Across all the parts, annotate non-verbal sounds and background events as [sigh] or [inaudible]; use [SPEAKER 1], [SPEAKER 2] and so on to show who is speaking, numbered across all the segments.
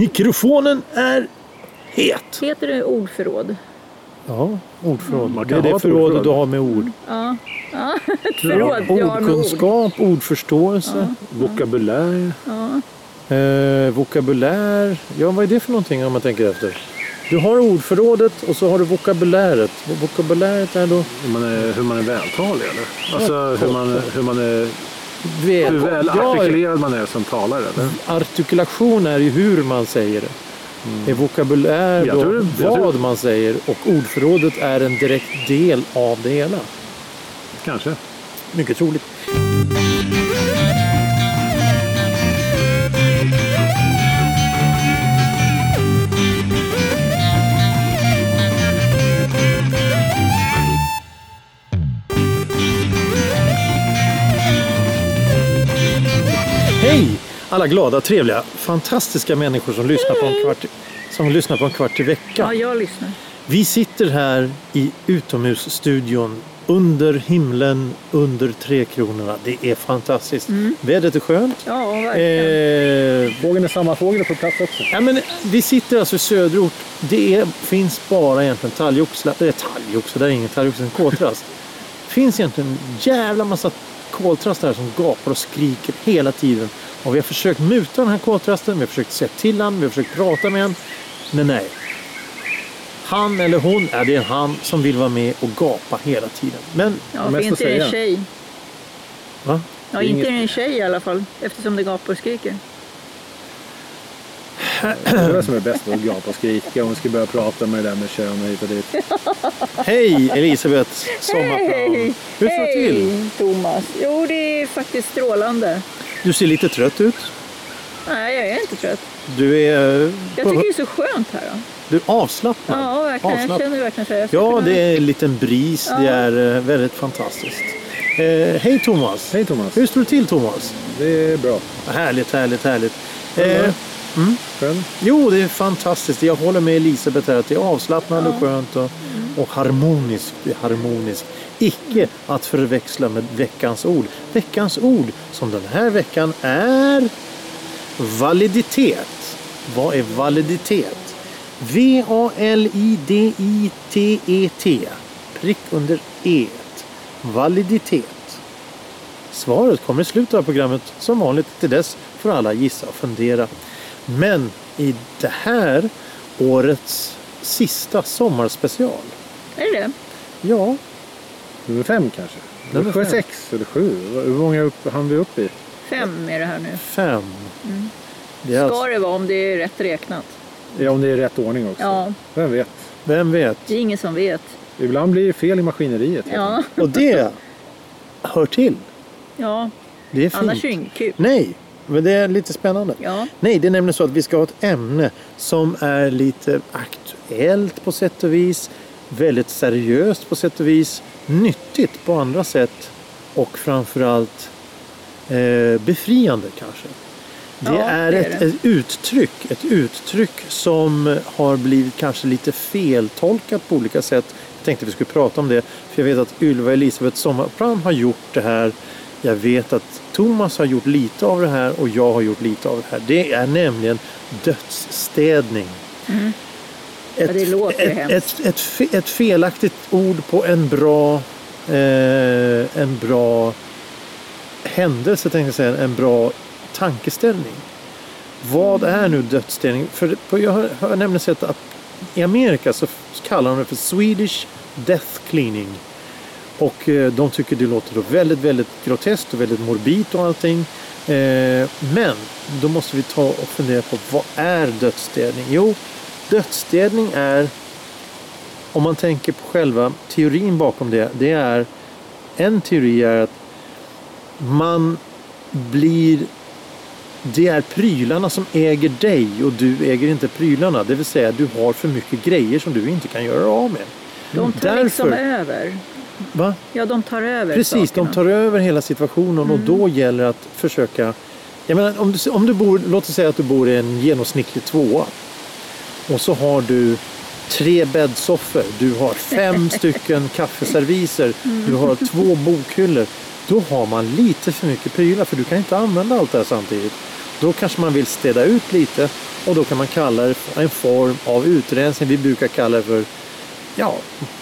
[SPEAKER 1] Mikrofonen är het.
[SPEAKER 2] Heter det ordförråd?
[SPEAKER 1] Ja, ordförråd. Man
[SPEAKER 3] Det är
[SPEAKER 1] kan det
[SPEAKER 3] det
[SPEAKER 1] ha förråd
[SPEAKER 3] ordförråd.
[SPEAKER 1] du har med ord.
[SPEAKER 2] Ja. ja. Ett förråd jag har med ord.
[SPEAKER 1] Ordkunskap, ordförståelse,
[SPEAKER 3] Vokabulär.
[SPEAKER 2] Ja.
[SPEAKER 1] eh, vokabulär. Ja, vad är det för någonting om man tänker efter? Du har ordförrådet och så har du vokabuläret. Och Vokabuläret är då...
[SPEAKER 3] Hur man är, hur man är vältalig eller? Alltså hur man, hur man är... Hur väl
[SPEAKER 1] ja,
[SPEAKER 3] artikulerad man är som talare eller?
[SPEAKER 1] artikulation är ju hur man säger det. Det är vokabulär
[SPEAKER 3] Jag
[SPEAKER 1] då
[SPEAKER 3] tror det- jag
[SPEAKER 1] vad
[SPEAKER 3] tror-
[SPEAKER 1] man säger och ordförrådet är en direkt del av det hela.
[SPEAKER 3] Kanske.
[SPEAKER 1] Mycket troligt. Hej alla glada, trevliga, fantastiska människor som lyssnar på en kvart, som lyssnar på en kvart i
[SPEAKER 2] ja,
[SPEAKER 1] veckan.
[SPEAKER 2] jag lyssnar.
[SPEAKER 1] Vi sitter här i utomhusstudion under himlen, under trekronorna. Det är fantastiskt. Vädret är skönt.
[SPEAKER 2] Mm. Ja, verkligen.
[SPEAKER 1] Eh,
[SPEAKER 3] Fågeln är samma fågel på plats också.
[SPEAKER 1] ja, men vi sitter alltså i söderort. Det är, finns bara egentligen talgoxlar. Det är talgoxlar, det är ingen talgoxlar, det är en koltrast. [laughs] Det finns egentligen en jävla massa koltrast här som gapar och skriker hela tiden. Och vi har försökt muta den här koltrasten, vi har försökt se till han, vi har försökt prata med han. Men nej. Han eller hon, är det är han som vill vara med och gapa hela tiden. Men
[SPEAKER 2] Ja,
[SPEAKER 3] mest
[SPEAKER 2] för
[SPEAKER 3] att
[SPEAKER 2] inte är det en
[SPEAKER 3] säga.
[SPEAKER 2] tjej. [laughs]
[SPEAKER 1] va?
[SPEAKER 2] Ja,
[SPEAKER 3] Det är
[SPEAKER 2] inte
[SPEAKER 3] inget-
[SPEAKER 2] är det en tjej i alla fall. Eftersom det gapar och skriker.
[SPEAKER 3] Det är det som är bäst med att gapa och skrika. Hon ska börja prata med det där med kön och hit och dit.
[SPEAKER 1] Hej Elisabeth Sommarplan! Hur står det till?
[SPEAKER 2] Hej, Thomas. Jo, det är faktiskt strålande.
[SPEAKER 1] Du ser lite trött ut.
[SPEAKER 2] Nej, jag är inte trött.
[SPEAKER 1] Du är... eh,
[SPEAKER 2] Jag tycker det är så skönt här. Då.
[SPEAKER 1] Du är avslappnad.
[SPEAKER 2] Ja, verkligen. Jag
[SPEAKER 1] Avslappnad.
[SPEAKER 2] känner verkligen så. här. Jag skulle
[SPEAKER 1] Ja,
[SPEAKER 2] kunna-
[SPEAKER 1] det är en liten bris. Det
[SPEAKER 2] Ja.
[SPEAKER 1] är eh, väldigt fantastiskt. Eh, hej Thomas!
[SPEAKER 3] Hej Thomas.
[SPEAKER 1] Hur står det till Thomas?
[SPEAKER 3] Det är bra.
[SPEAKER 1] Härligt, härligt, härligt. Eh,
[SPEAKER 3] Eller? mm. Själv?
[SPEAKER 1] jo, det är fantastiskt. Jag håller med Elisabeth här att det är avslappnande och skönt och, och harmoniskt. Det är harmoniskt. Icke att förväxla med veckans ord. Veckans ord som den här veckan är validitet. Vad är validitet? V-A-L-I-D-I-T-E-T. E Prick under E. Validitet. Svaret kommer i slutet av programmet som vanligt. Till dess får alla gissa och fundera. Men i det här årets sista sommarspecial.
[SPEAKER 2] Är det det?
[SPEAKER 1] Ja,
[SPEAKER 3] Nummer fem kanske?
[SPEAKER 1] Nummer
[SPEAKER 3] Nummer
[SPEAKER 1] fem.
[SPEAKER 3] sex eller sju? Hur många upp, hann vi upp i?
[SPEAKER 2] Fem är det här nu.
[SPEAKER 1] fem. Det är
[SPEAKER 2] Ska
[SPEAKER 1] alltså,
[SPEAKER 2] det vara om det är rätt räknat?
[SPEAKER 3] Ja, om det är i rätt ordning också.
[SPEAKER 2] Ja.
[SPEAKER 3] Vem vet?
[SPEAKER 1] vem vet?
[SPEAKER 2] Det är ingen som vet.
[SPEAKER 3] Ibland blir det fel i maskineriet.
[SPEAKER 2] Ja,
[SPEAKER 1] Och det hör till.
[SPEAKER 2] ja.
[SPEAKER 1] Det är fint.
[SPEAKER 2] annars är det inget kul.
[SPEAKER 1] Nej, men det är lite spännande.
[SPEAKER 2] Ja.
[SPEAKER 1] Nej, det är nämligen så att vi ska ha ett ämne som är lite aktuellt på sätt och vis, väldigt seriöst på sätt och vis, nyttigt på andra sätt och framförallt eh, befriande kanske. Det
[SPEAKER 2] Ja,
[SPEAKER 1] är,
[SPEAKER 2] det är
[SPEAKER 1] ett,
[SPEAKER 2] det.
[SPEAKER 1] ett uttryck, ett uttryck som har blivit kanske lite feltolkat på olika sätt. Jag tänkte vi skulle prata om det, för jag vet att Ylva Elisabeth Sommarplan har gjort det här. Jag vet att Thomas har gjort lite av det här och jag har gjort lite av det här. Det är nämligen dödsstädning. Ett,
[SPEAKER 2] Ja, det låter
[SPEAKER 1] ett,
[SPEAKER 2] hemskt.
[SPEAKER 1] ett, ett, fe- ett felaktigt ord på en bra, eh, en bra händelse, tänkte jag säga, en bra tankeställning. Vad
[SPEAKER 2] Mm.
[SPEAKER 1] är nu dödsställning? För på, jag har, har nämligen sett att i Amerika så kallar de det för Swedish Death Cleaning. Och eh, de tycker det låter då väldigt, väldigt groteskt och väldigt morbid och allting. Eh, men då måste vi ta och fundera på vad är dödsstädning? Jo, dödsstädning är, om man tänker på själva teorin bakom det, det är en teori är att man blir det är prylarna som äger dig och du äger inte prylarna. Det vill säga du har för mycket grejer som du inte kan göra av med.
[SPEAKER 2] De tar liksom över.
[SPEAKER 1] Va?
[SPEAKER 2] Ja, de tar över
[SPEAKER 1] Precis, de Mm.
[SPEAKER 2] sakerna.
[SPEAKER 1] tar över hela situationen och då gäller det att försöka... Jag menar, om du, om du bor, låt oss säga att du bor i en genomsnittlig tvåa och så har du tre bäddsoffor, du har [laughs] fem stycken kaffeserviser, du har två bokhyllor. Då har man lite för mycket prylar för du kan inte använda allt det här samtidigt. Då kanske man vill städa ut lite Och då kan man kalla det för en form av utrensning. Vi brukar kalla det för, ja,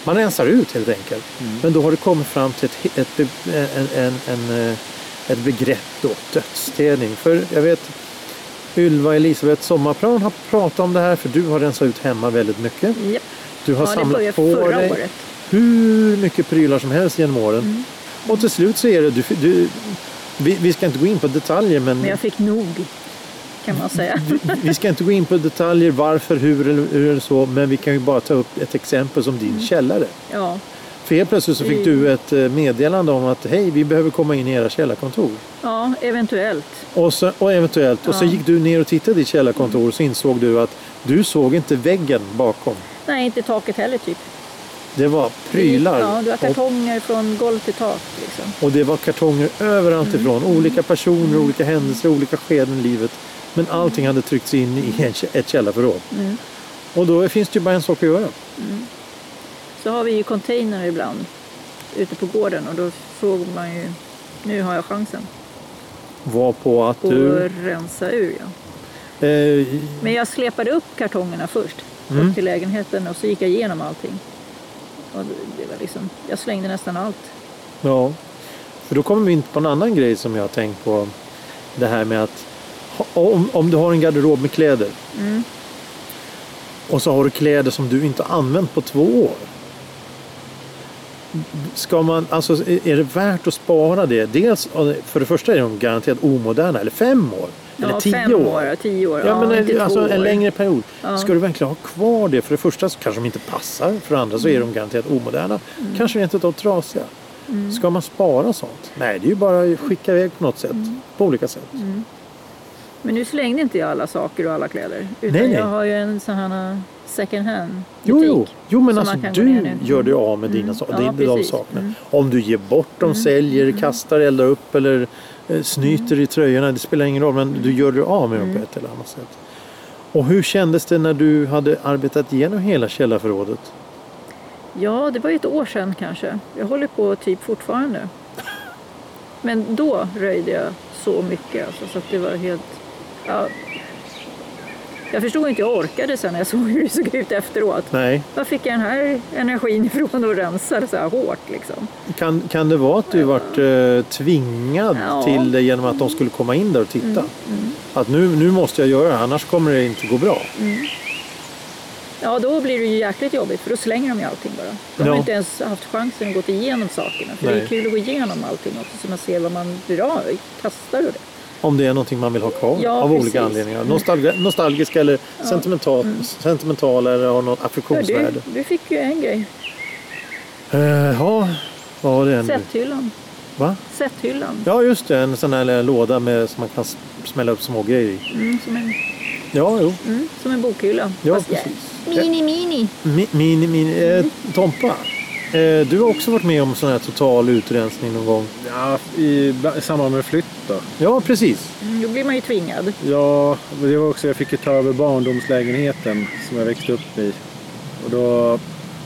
[SPEAKER 1] man rensar ut helt enkelt.
[SPEAKER 2] Mm.
[SPEAKER 1] Men då har det kommit fram till ett, ett, be- en, en, en, eh, ett begrepp då, dödsstädning. För jag vet, Ylva Elisabeth Sommarplan har pratat om det här, för du har rensat ut hemma väldigt mycket.
[SPEAKER 2] Ja.
[SPEAKER 1] Du har
[SPEAKER 2] Ja, det
[SPEAKER 1] samlat
[SPEAKER 2] började
[SPEAKER 1] på
[SPEAKER 2] förra
[SPEAKER 1] dig
[SPEAKER 2] året. Mm.
[SPEAKER 1] hur mycket prylar som helst genom åren. Och till slut så är det, du, du, vi, vi ska inte gå in på detaljer men,
[SPEAKER 2] Men jag fick nog, kan man säga.
[SPEAKER 1] vi ska inte gå in på detaljer varför, hur eller, hur eller så, men vi kan ju bara ta upp ett exempel som
[SPEAKER 2] Mm.
[SPEAKER 1] din källare.
[SPEAKER 2] [laughs] Ja,
[SPEAKER 1] För helt plötsligt så fick
[SPEAKER 2] I-
[SPEAKER 1] du ett eh, meddelande om att hej, vi behöver komma in i era källarkontor.
[SPEAKER 2] ja eventuellt.
[SPEAKER 1] Och, så, och eventuellt, och så gick du ner och tittade i källarkontor och så insåg du att du såg inte väggen bakom.
[SPEAKER 2] Nej, inte taket heller typ.
[SPEAKER 1] Det var prylar.
[SPEAKER 2] Ja, du har
[SPEAKER 1] och-
[SPEAKER 2] kartonger från golv till tak. Liksom.
[SPEAKER 1] Och det var kartonger överallt ifrån. Olika personer, olika händelser, olika skeden i livet. Men allting hade tryckts in i en, ett källarförråd.
[SPEAKER 2] Mm.
[SPEAKER 1] Och då finns det ju bara en sak att göra.
[SPEAKER 2] Så har vi ju container ibland ute på gården och då såg man ju, nu har jag chansen
[SPEAKER 1] Var på att
[SPEAKER 2] att
[SPEAKER 1] du...
[SPEAKER 2] rensa ur. Ja.
[SPEAKER 1] Eh,
[SPEAKER 2] Men jag släpade upp kartongerna först
[SPEAKER 1] Mm.
[SPEAKER 2] upp till lägenheten och så gick jag igenom allting. Och det- det var liksom, jag slängde nästan allt.
[SPEAKER 1] ja. För då kommer vi in på en annan grej som jag har tänkt på. Det här med att ha- om, om du har en garderob med kläder.
[SPEAKER 2] Mm.
[SPEAKER 1] Och så har du kläder som du inte har använt på två år. Ska man, alltså, är det värt att spara det? Dels, för det första är de garanterat omoderna, eller fem år. eller
[SPEAKER 2] ja,
[SPEAKER 1] tio
[SPEAKER 2] fem år. tio år.
[SPEAKER 1] Ja, men
[SPEAKER 2] inte två
[SPEAKER 1] alltså en
[SPEAKER 2] år.
[SPEAKER 1] längre period.
[SPEAKER 2] Ja.
[SPEAKER 1] Ska du verkligen ha kvar det? För det första så kanske de inte passar. För det andra så
[SPEAKER 2] Mm.
[SPEAKER 1] är de garanterat omoderna. Kanske rent utav trasiga. Ska man spara sånt? Nej, det är ju bara att skicka iväg på något sätt.
[SPEAKER 2] Mm.
[SPEAKER 1] På olika sätt.
[SPEAKER 2] Men nu slängde inte jag alla saker och alla kläder. Utan
[SPEAKER 1] Nej, nej.
[SPEAKER 2] jag har ju en sån här eh, second hand
[SPEAKER 1] Jo, jo. jo, men
[SPEAKER 2] som
[SPEAKER 1] alltså
[SPEAKER 2] man kan gå ner
[SPEAKER 1] du
[SPEAKER 2] nu. Mm.
[SPEAKER 1] gör dig av med dina saker.
[SPEAKER 2] Ja,
[SPEAKER 1] Det är inte de
[SPEAKER 2] precis. Mm.
[SPEAKER 1] sakerna. Om du ger bort dem, säljer, kastar, eldar upp eller eh, snyter
[SPEAKER 2] Mm.
[SPEAKER 1] i tröjorna. Det spelar ingen roll, men du gör dig av med dem på ett eller annat sätt. Och hur kändes det när du hade arbetat igenom hela källarförrådet?
[SPEAKER 2] Ja, det var ju ett år sedan kanske. Jag håller på typ fortfarande. Men då röjde jag så mycket alltså, så att det var helt... Ja. Jag förstod inte jag orkade sen när jag såg hur det såg ut efteråt.
[SPEAKER 1] Nej.
[SPEAKER 2] Var fick jag den här energin [laughs] ifrån och rensade så här hårt liksom?
[SPEAKER 1] Kan, kan det vara att du varit eh, tvingad
[SPEAKER 2] Ja. Mm,
[SPEAKER 1] till det genom att de skulle komma in där och titta? Att nu, nu måste jag göra det, annars kommer det inte gå bra.
[SPEAKER 2] Mm. Ja, då blir det ju jäkligt jobbigt för då slänger de ju allting bara. De har
[SPEAKER 1] Ja.
[SPEAKER 2] inte ens haft chansen att gå igenom sakerna. För det
[SPEAKER 1] Nej.
[SPEAKER 2] är kul att gå igenom allting också så man ser vad man blir av kastar och det.
[SPEAKER 1] Om det är någonting man vill ha kvar
[SPEAKER 2] Ja,
[SPEAKER 1] av
[SPEAKER 2] precis. Mm.
[SPEAKER 1] olika anledningar. Nostalgi- nostalgiska eller sentimental, sentimentala eller har något
[SPEAKER 2] Ja, du,
[SPEAKER 1] affektionsvärde.
[SPEAKER 2] du fick ju en grej.
[SPEAKER 1] Eh, Ja, vad var det nu?
[SPEAKER 2] Sätthyllan.
[SPEAKER 1] Va?
[SPEAKER 2] Sätthyllan.
[SPEAKER 1] Ja, just det. En sån här låda med, som man kan s- smälla upp små grejer i.
[SPEAKER 2] Mm, som, en,
[SPEAKER 1] Ja, jo.
[SPEAKER 2] mm, som en bokhylla.
[SPEAKER 1] Ja,
[SPEAKER 2] Fast jag-
[SPEAKER 1] precis.
[SPEAKER 2] Mini, mini.
[SPEAKER 1] Mi- Mini, mini. Eh, Tompa, eh, du har också varit med om sån här total utrensning någon gång.
[SPEAKER 3] Ja, i ba- samband med flytt då.
[SPEAKER 1] Ja, precis.
[SPEAKER 2] Mm, då blir man ju tvingad.
[SPEAKER 3] Ja, men det var också, jag fick ju ta över barndomslägenheten som jag växte upp i. Och då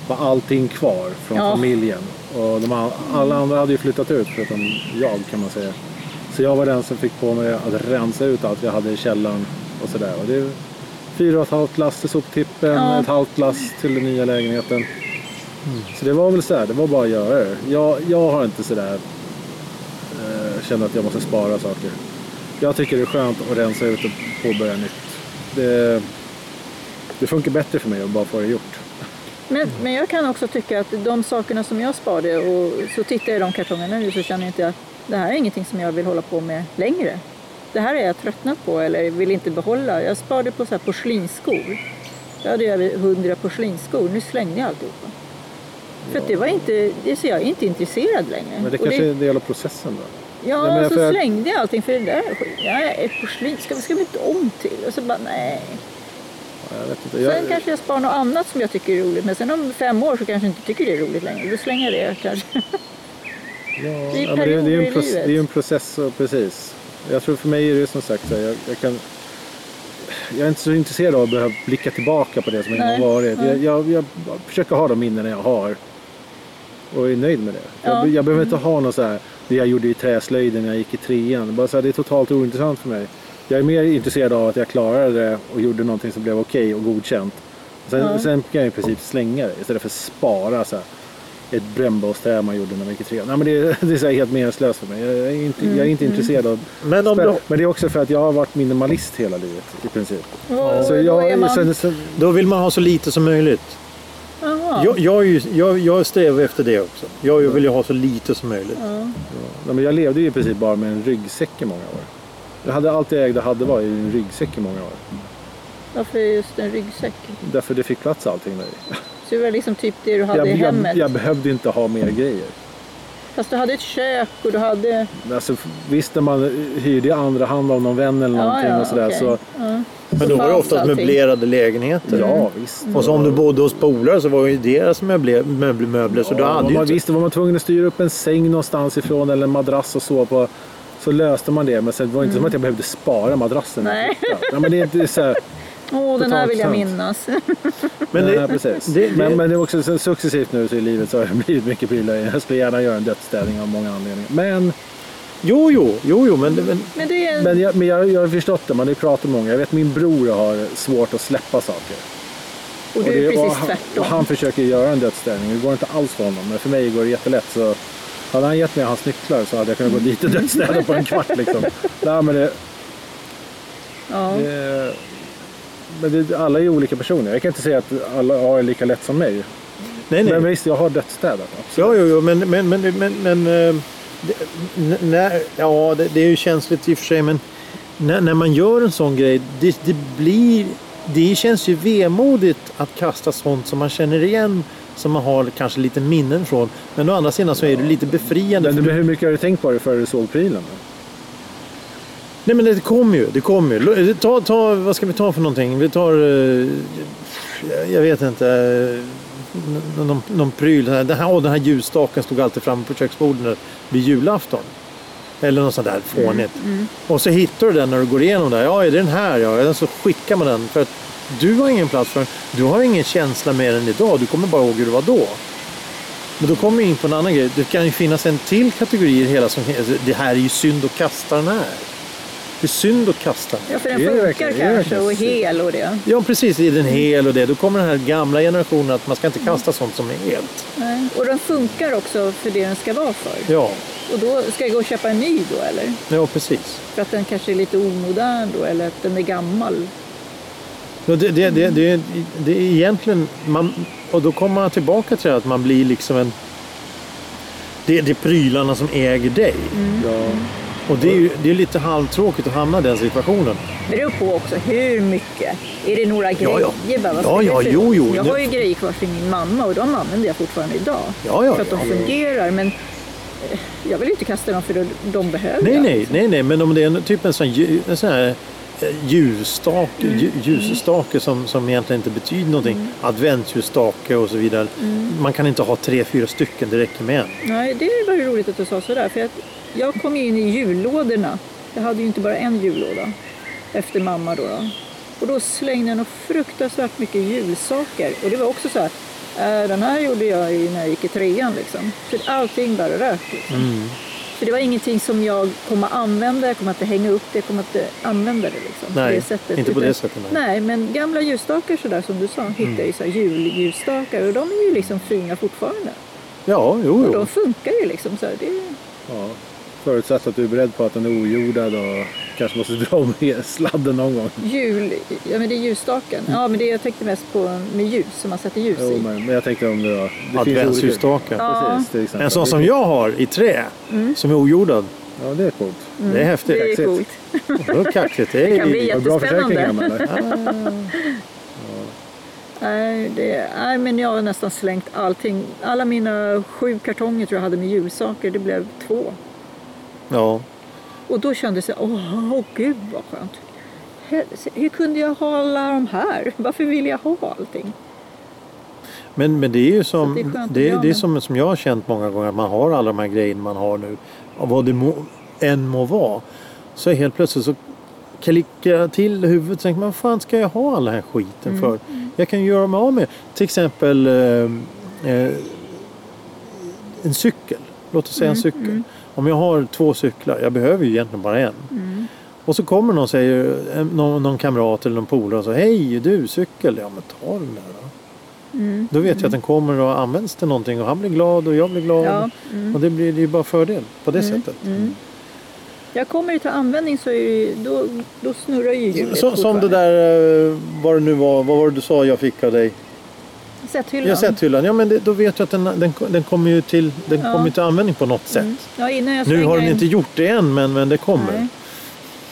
[SPEAKER 3] var allting kvar från
[SPEAKER 2] Ja.
[SPEAKER 3] familjen. Och de, all- alla andra hade ju flyttat ut förutom jag kan man säga. Så jag var den som fick på mig att rensa ut allt jag hade i källaren och sådär. Och det är fyra och ett halvt lass till soptippen,
[SPEAKER 2] Ja.
[SPEAKER 3] ett halvt lass till den nya lägenheten. Så det var väl sådär, det var bara att göra det. Jag, jag har inte sådär eh, känner att jag måste spara saker. Jag tycker det är skönt att rensa ut och påbörja nytt. Det, det funkar bättre för mig att bara få det gjort.
[SPEAKER 2] Men, men jag kan också tycka att de sakerna som jag sparade och så tittar jag i de kartongerna nu så känner jag inte att det här är ingenting som jag vill hålla på med längre. Det här är jag tröttnat på eller vill inte behålla. Jag sparade på så här porslinsskor. Jag hade ju över hundra porslinsskor. Nu slängde jag alltihopa. För att det var inte, det- så jag är inte intresserad längre.
[SPEAKER 3] Men det
[SPEAKER 2] Och
[SPEAKER 3] kanske är en del av processen då?
[SPEAKER 2] Ja,
[SPEAKER 3] Nej, men
[SPEAKER 2] så
[SPEAKER 3] för att-
[SPEAKER 2] slängde jag allting för det där är skit. Nej, ett porslin ska vi, ska vi inte om till? Och så bara nej.
[SPEAKER 3] Ja, Jag vet inte.
[SPEAKER 2] Sen
[SPEAKER 3] Jag,
[SPEAKER 2] kanske jag sparar något annat som jag tycker är roligt. Men sen om fem år så kanske jag inte tycker det är roligt längre. Då slänger jag det kanske.
[SPEAKER 3] ja,
[SPEAKER 2] är
[SPEAKER 3] ja, men det, det, är ju
[SPEAKER 2] perioder i
[SPEAKER 3] en proce-
[SPEAKER 2] livet.
[SPEAKER 3] det är ju en process, och, precis. Jag tror för mig är det som sagt så här, jag, jag kan... Jag är inte så intresserad av att behöva blicka tillbaka på det som en
[SPEAKER 2] Nej,
[SPEAKER 3] gång varit. Jag, jag, jag försöker ha de minnen jag har och är nöjd med det.
[SPEAKER 2] Ja.
[SPEAKER 3] Jag, jag behöver inte ha något så här, det jag gjorde i träslöjden när jag gick i trean. Bara så här, det är totalt ointressant för mig. Jag är mer intresserad av att jag klarade det och gjorde någonting som blev okej och godkänt. Sen,
[SPEAKER 2] Ja.
[SPEAKER 3] sen kan jag i princip slänga det istället för att spara så här, ett brännbollsträ man gjorde när man gick i trean. Nej, men det, [laughs] det är så här helt meningslöst för mig. Jag är inte, jag är
[SPEAKER 2] Mm,
[SPEAKER 3] inte intresserad av
[SPEAKER 1] Men om du,
[SPEAKER 3] Men det är också för att jag har varit minimalist hela livet i princip.
[SPEAKER 2] Vad-
[SPEAKER 3] Så
[SPEAKER 2] vad är
[SPEAKER 3] jag,
[SPEAKER 2] man?
[SPEAKER 3] sen, sen,
[SPEAKER 1] då vill man ha så lite som möjligt.
[SPEAKER 2] Jaha.
[SPEAKER 1] Jag, jag, är ju- jag, jag strävar efter det också. Jag vill ju ha så lite som möjligt.
[SPEAKER 2] Ja.
[SPEAKER 3] nej, men jag levde ju i princip bara med en ryggsäck i många år. Jag hade allt jag ägde och hade var i en ryggsäck i många år.
[SPEAKER 2] Varför är just en ryggsäck?
[SPEAKER 3] Därför det fick plats allting där i.
[SPEAKER 2] Så det var liksom typ det du hade i
[SPEAKER 3] jag,
[SPEAKER 2] hemmet.
[SPEAKER 3] jag, jag behövde inte ha mer grejer.
[SPEAKER 2] Fast du hade ett kök och du hade...
[SPEAKER 3] Alltså, visst när man hyrde i andra hand av någon vän eller någonting och sådär
[SPEAKER 2] okej.
[SPEAKER 3] så
[SPEAKER 2] Ja.
[SPEAKER 1] Men då var det
[SPEAKER 2] fanns
[SPEAKER 1] oftast
[SPEAKER 2] allting.
[SPEAKER 1] möblerade lägenheter.
[SPEAKER 2] Mm.
[SPEAKER 3] ja visst.
[SPEAKER 1] Och så om du bodde hos polare så var ju deras möbler, möbler, möbler så du
[SPEAKER 3] Ja,
[SPEAKER 1] hade
[SPEAKER 3] man
[SPEAKER 1] ju
[SPEAKER 3] var,
[SPEAKER 1] inte...
[SPEAKER 3] visst var man tvungen att styra upp en säng någonstans ifrån eller en madrass och så på. Så löste man det men sen var det inte som att jag behövde spara madrassen.
[SPEAKER 2] Mm. Nej.
[SPEAKER 3] Ja, men det, är- det är så här,
[SPEAKER 2] Åh, den här vill jag
[SPEAKER 3] Totalt
[SPEAKER 2] minnas. [laughs]
[SPEAKER 1] Men
[SPEAKER 3] Nej,
[SPEAKER 1] det,
[SPEAKER 3] precis.
[SPEAKER 1] det- det-
[SPEAKER 3] men, men det är också sen successivt nu så i livet så har det [laughs] blivit mycket prylar. Jag skulle gärna göra en dödsstädning av många anledningar. Men,
[SPEAKER 1] jo, jo, jo, jo, men, men
[SPEAKER 2] Men det är...
[SPEAKER 3] men, jag, men jag, jag har förstått det, man har ju pratat med många. Jag vet min bror har svårt att släppa saker.
[SPEAKER 2] och
[SPEAKER 3] Och
[SPEAKER 2] du är
[SPEAKER 3] det- och
[SPEAKER 2] precis
[SPEAKER 3] han,
[SPEAKER 2] tvärtom.
[SPEAKER 3] och han försöker göra en dödsställning. Det går inte alls för honom. Men för mig går det jättelätt. Så hade han gett mig hans nycklar så hade jag kunnat gå dit och dödsstäda på en kvart. Liksom. Nej, men det,
[SPEAKER 2] ja.
[SPEAKER 3] det, men det, alla är ju olika personer. Jag kan inte säga att alla har det lika lätt som mig.
[SPEAKER 1] nej, nej.
[SPEAKER 3] Men visst, jag har dödsstädat.
[SPEAKER 1] Ja, jo, jo, men, men, men, men, men eh, det, n- när, ja, det, det är ju känsligt i och för sig, men när, när man gör en sån grej, det, det blir, det känns ju vemodigt att kasta sånt som man känner igen, som man har kanske lite minnen från. Men å andra sidan så är det lite befriande.
[SPEAKER 3] Men
[SPEAKER 1] för
[SPEAKER 3] du,
[SPEAKER 1] du-
[SPEAKER 3] hur mycket har du tänkt på det före du såg prylen?
[SPEAKER 1] Nej, men det kommer ju, det kommer ju. L- Ta, ta, vad ska vi ta för någonting? Vi tar, eh, jag vet inte, eh, n- någon, någon pryl. Den här, den här, åh, den här ljusstaken stod alltid framme på köksbordet vid julafton. Eller något sånt där fånigt. Och så hittar du den när du går igenom där. Ja, är det den här? Ja, så skickar man den. För att du har ingen plats för den. Du har ingen känsla med den idag. Du kommer bara ihåg hur det var då. Men då kommer vi in på en annan grej. Det kan ju finnas en till kategori i det hela som heter det här är ju synd att kasta den här. Det är synd att kasta den.
[SPEAKER 2] ja, för den
[SPEAKER 3] det är
[SPEAKER 2] funkar
[SPEAKER 3] verkligen- det är
[SPEAKER 2] kanske och är
[SPEAKER 3] verkligen-
[SPEAKER 2] hel och det.
[SPEAKER 1] Ja, precis. I den hel och det. Då kommer den här gamla generationen att man ska inte kasta sånt som är helt.
[SPEAKER 2] Nej. Och den funkar också för det den ska vara för.
[SPEAKER 1] Ja,
[SPEAKER 2] Och då ska jag gå och köpa en ny då eller?
[SPEAKER 1] ja precis.
[SPEAKER 2] För att den kanske är lite omodern då eller att den är gammal.
[SPEAKER 1] Ja, det, det, det, det, det är egentligen... Man, och då kommer man tillbaka till det här att man blir liksom en... Det, det är prylarna som äger dig.
[SPEAKER 2] Mm.
[SPEAKER 3] Ja.
[SPEAKER 1] Och det är, ju, det är lite halvtråkigt att hamna i den situationen.
[SPEAKER 2] Det beror på också hur mycket. Är det några grejer?
[SPEAKER 1] ja.
[SPEAKER 2] bara? Vad
[SPEAKER 1] Ja,
[SPEAKER 2] spelar
[SPEAKER 1] ja,
[SPEAKER 2] det för
[SPEAKER 1] jo,
[SPEAKER 2] roll?
[SPEAKER 1] jo.
[SPEAKER 2] Jag
[SPEAKER 1] Nu-
[SPEAKER 2] har ju grejer kvar för min mamma och de använder jag fortfarande idag.
[SPEAKER 1] Ja, ja,
[SPEAKER 2] för att de
[SPEAKER 1] ja.
[SPEAKER 2] fungerar. Men eh, jag vill ju inte kasta dem för de- de behöver
[SPEAKER 1] Nej,
[SPEAKER 2] jag.
[SPEAKER 1] nej, nej, nej, men om det är en, typ en sån, lju- en sån här eh, ljusstake,
[SPEAKER 2] Mm.
[SPEAKER 1] lju- ljusstake som, som egentligen inte betyder någonting. Adventsljusstake och så vidare.
[SPEAKER 2] Mm.
[SPEAKER 1] Man kan inte ha tre, fyra stycken, det räcker med en.
[SPEAKER 2] Nej, det var ju roligt att du sa sådär. För jag, jag kom ju in i jullådorna. Jag hade ju inte bara en jullåda efter mamma då. då. Och då slängde jag nog fruktansvärt mycket julsaker. Och det var också så här, eh, den här gjorde jag ju när jag gick i trean liksom. Så allting bara rök liksom.
[SPEAKER 1] Mm.
[SPEAKER 2] För det var ingenting som jag kommer använda, jag kommer inte hänga upp det, jag kommer inte använda det liksom.
[SPEAKER 1] Nej,
[SPEAKER 2] på det sättet.
[SPEAKER 1] inte på det
[SPEAKER 2] Utan-
[SPEAKER 1] sättet, nej. Mm.
[SPEAKER 2] Nej, men gamla ljusstakar sådär som du sa, hittade jag ju så här julljusstakar. Och de är ju liksom fina fortfarande.
[SPEAKER 1] Ja, jo,
[SPEAKER 2] Och
[SPEAKER 1] jo.
[SPEAKER 2] de funkar ju liksom. Så här, det är...
[SPEAKER 3] Ja. Förutsatt att du är beredd på att den är ojordad och kanske måste dra om i sladden någon gång.
[SPEAKER 2] Jul, ja men det är ljusstaken.
[SPEAKER 1] Mm.
[SPEAKER 2] Ja men det jag tänkte mest på med ljus, som man sätter ljus
[SPEAKER 3] Jo,
[SPEAKER 2] i.
[SPEAKER 3] men, men jag tänkte om det var... Det
[SPEAKER 1] Adventsljusstake.
[SPEAKER 2] Ja. Mm.
[SPEAKER 3] Precis, till exempel.
[SPEAKER 1] En sån som jag har i trä, som är ojordad.
[SPEAKER 3] Ja, det är coolt.
[SPEAKER 1] Det är häftigt.
[SPEAKER 2] Det är coolt.
[SPEAKER 1] Det är kaxigt. Det är,
[SPEAKER 2] Det kan bli
[SPEAKER 3] Har du bra
[SPEAKER 2] Jättespännande.
[SPEAKER 3] försäkringar med eller?
[SPEAKER 2] Nej, det, nej men jag har nästan slängt allting. Alla mina sju kartonger tror jag hade med julsaker, det blev två.
[SPEAKER 1] Ja.
[SPEAKER 2] Och då kändes det, åh åh, gud vad skönt. Hel- Hur kunde jag ha alla de här? [laughs] Varför ville jag ha allting?
[SPEAKER 1] Men, men det är ju som,
[SPEAKER 2] Så det är skönt att
[SPEAKER 1] det,
[SPEAKER 2] bli
[SPEAKER 1] är,
[SPEAKER 2] av
[SPEAKER 1] det är
[SPEAKER 2] med.
[SPEAKER 1] som, som jag har känt många gånger, att man har alla de här grejerna man har nu, av vad det må, än må vara. Så helt plötsligt så klickar jag till i huvudet och tänker, man, vad fan ska jag ha all den här skiten
[SPEAKER 2] Mm,
[SPEAKER 1] för? Jag kan ju göra mig av med, till exempel eh, eh, en
[SPEAKER 2] Mm, Mm.
[SPEAKER 1] cykel. Låt oss säga en cykel. Om jag har två cyklar, jag behöver ju egentligen bara en. Och så kommer någon, säger,
[SPEAKER 2] [laughs]
[SPEAKER 1] en- någon, någon kamrat eller någon polare och säger Hej du, cykel! Ja men ta den där då.
[SPEAKER 2] Mm.
[SPEAKER 1] Då vet jag att den kommer och används till någonting och han blir glad och jag blir glad.
[SPEAKER 2] Ja. Mm.
[SPEAKER 1] Och det blir det är ju bara fördel på det sättet.
[SPEAKER 2] Mm. Jag kommer det till användning så är det, ju- då, då snurrar ju hjulet
[SPEAKER 1] Så, som det
[SPEAKER 2] fortfarande.
[SPEAKER 1] där, eh, vad det nu var, vad var det du sa jag fick av dig?
[SPEAKER 2] Sätthyllan.
[SPEAKER 1] Jag sett hyllan. Ja men det, då vet jag att den, den, den kommer ju till, den
[SPEAKER 2] Ja.
[SPEAKER 1] kommer ju till användning på något sätt.
[SPEAKER 2] Mm. Ja, innan jag
[SPEAKER 1] Nu
[SPEAKER 2] slänger
[SPEAKER 1] har den
[SPEAKER 2] in-
[SPEAKER 1] inte gjort det än men, men det kommer.
[SPEAKER 2] Nej.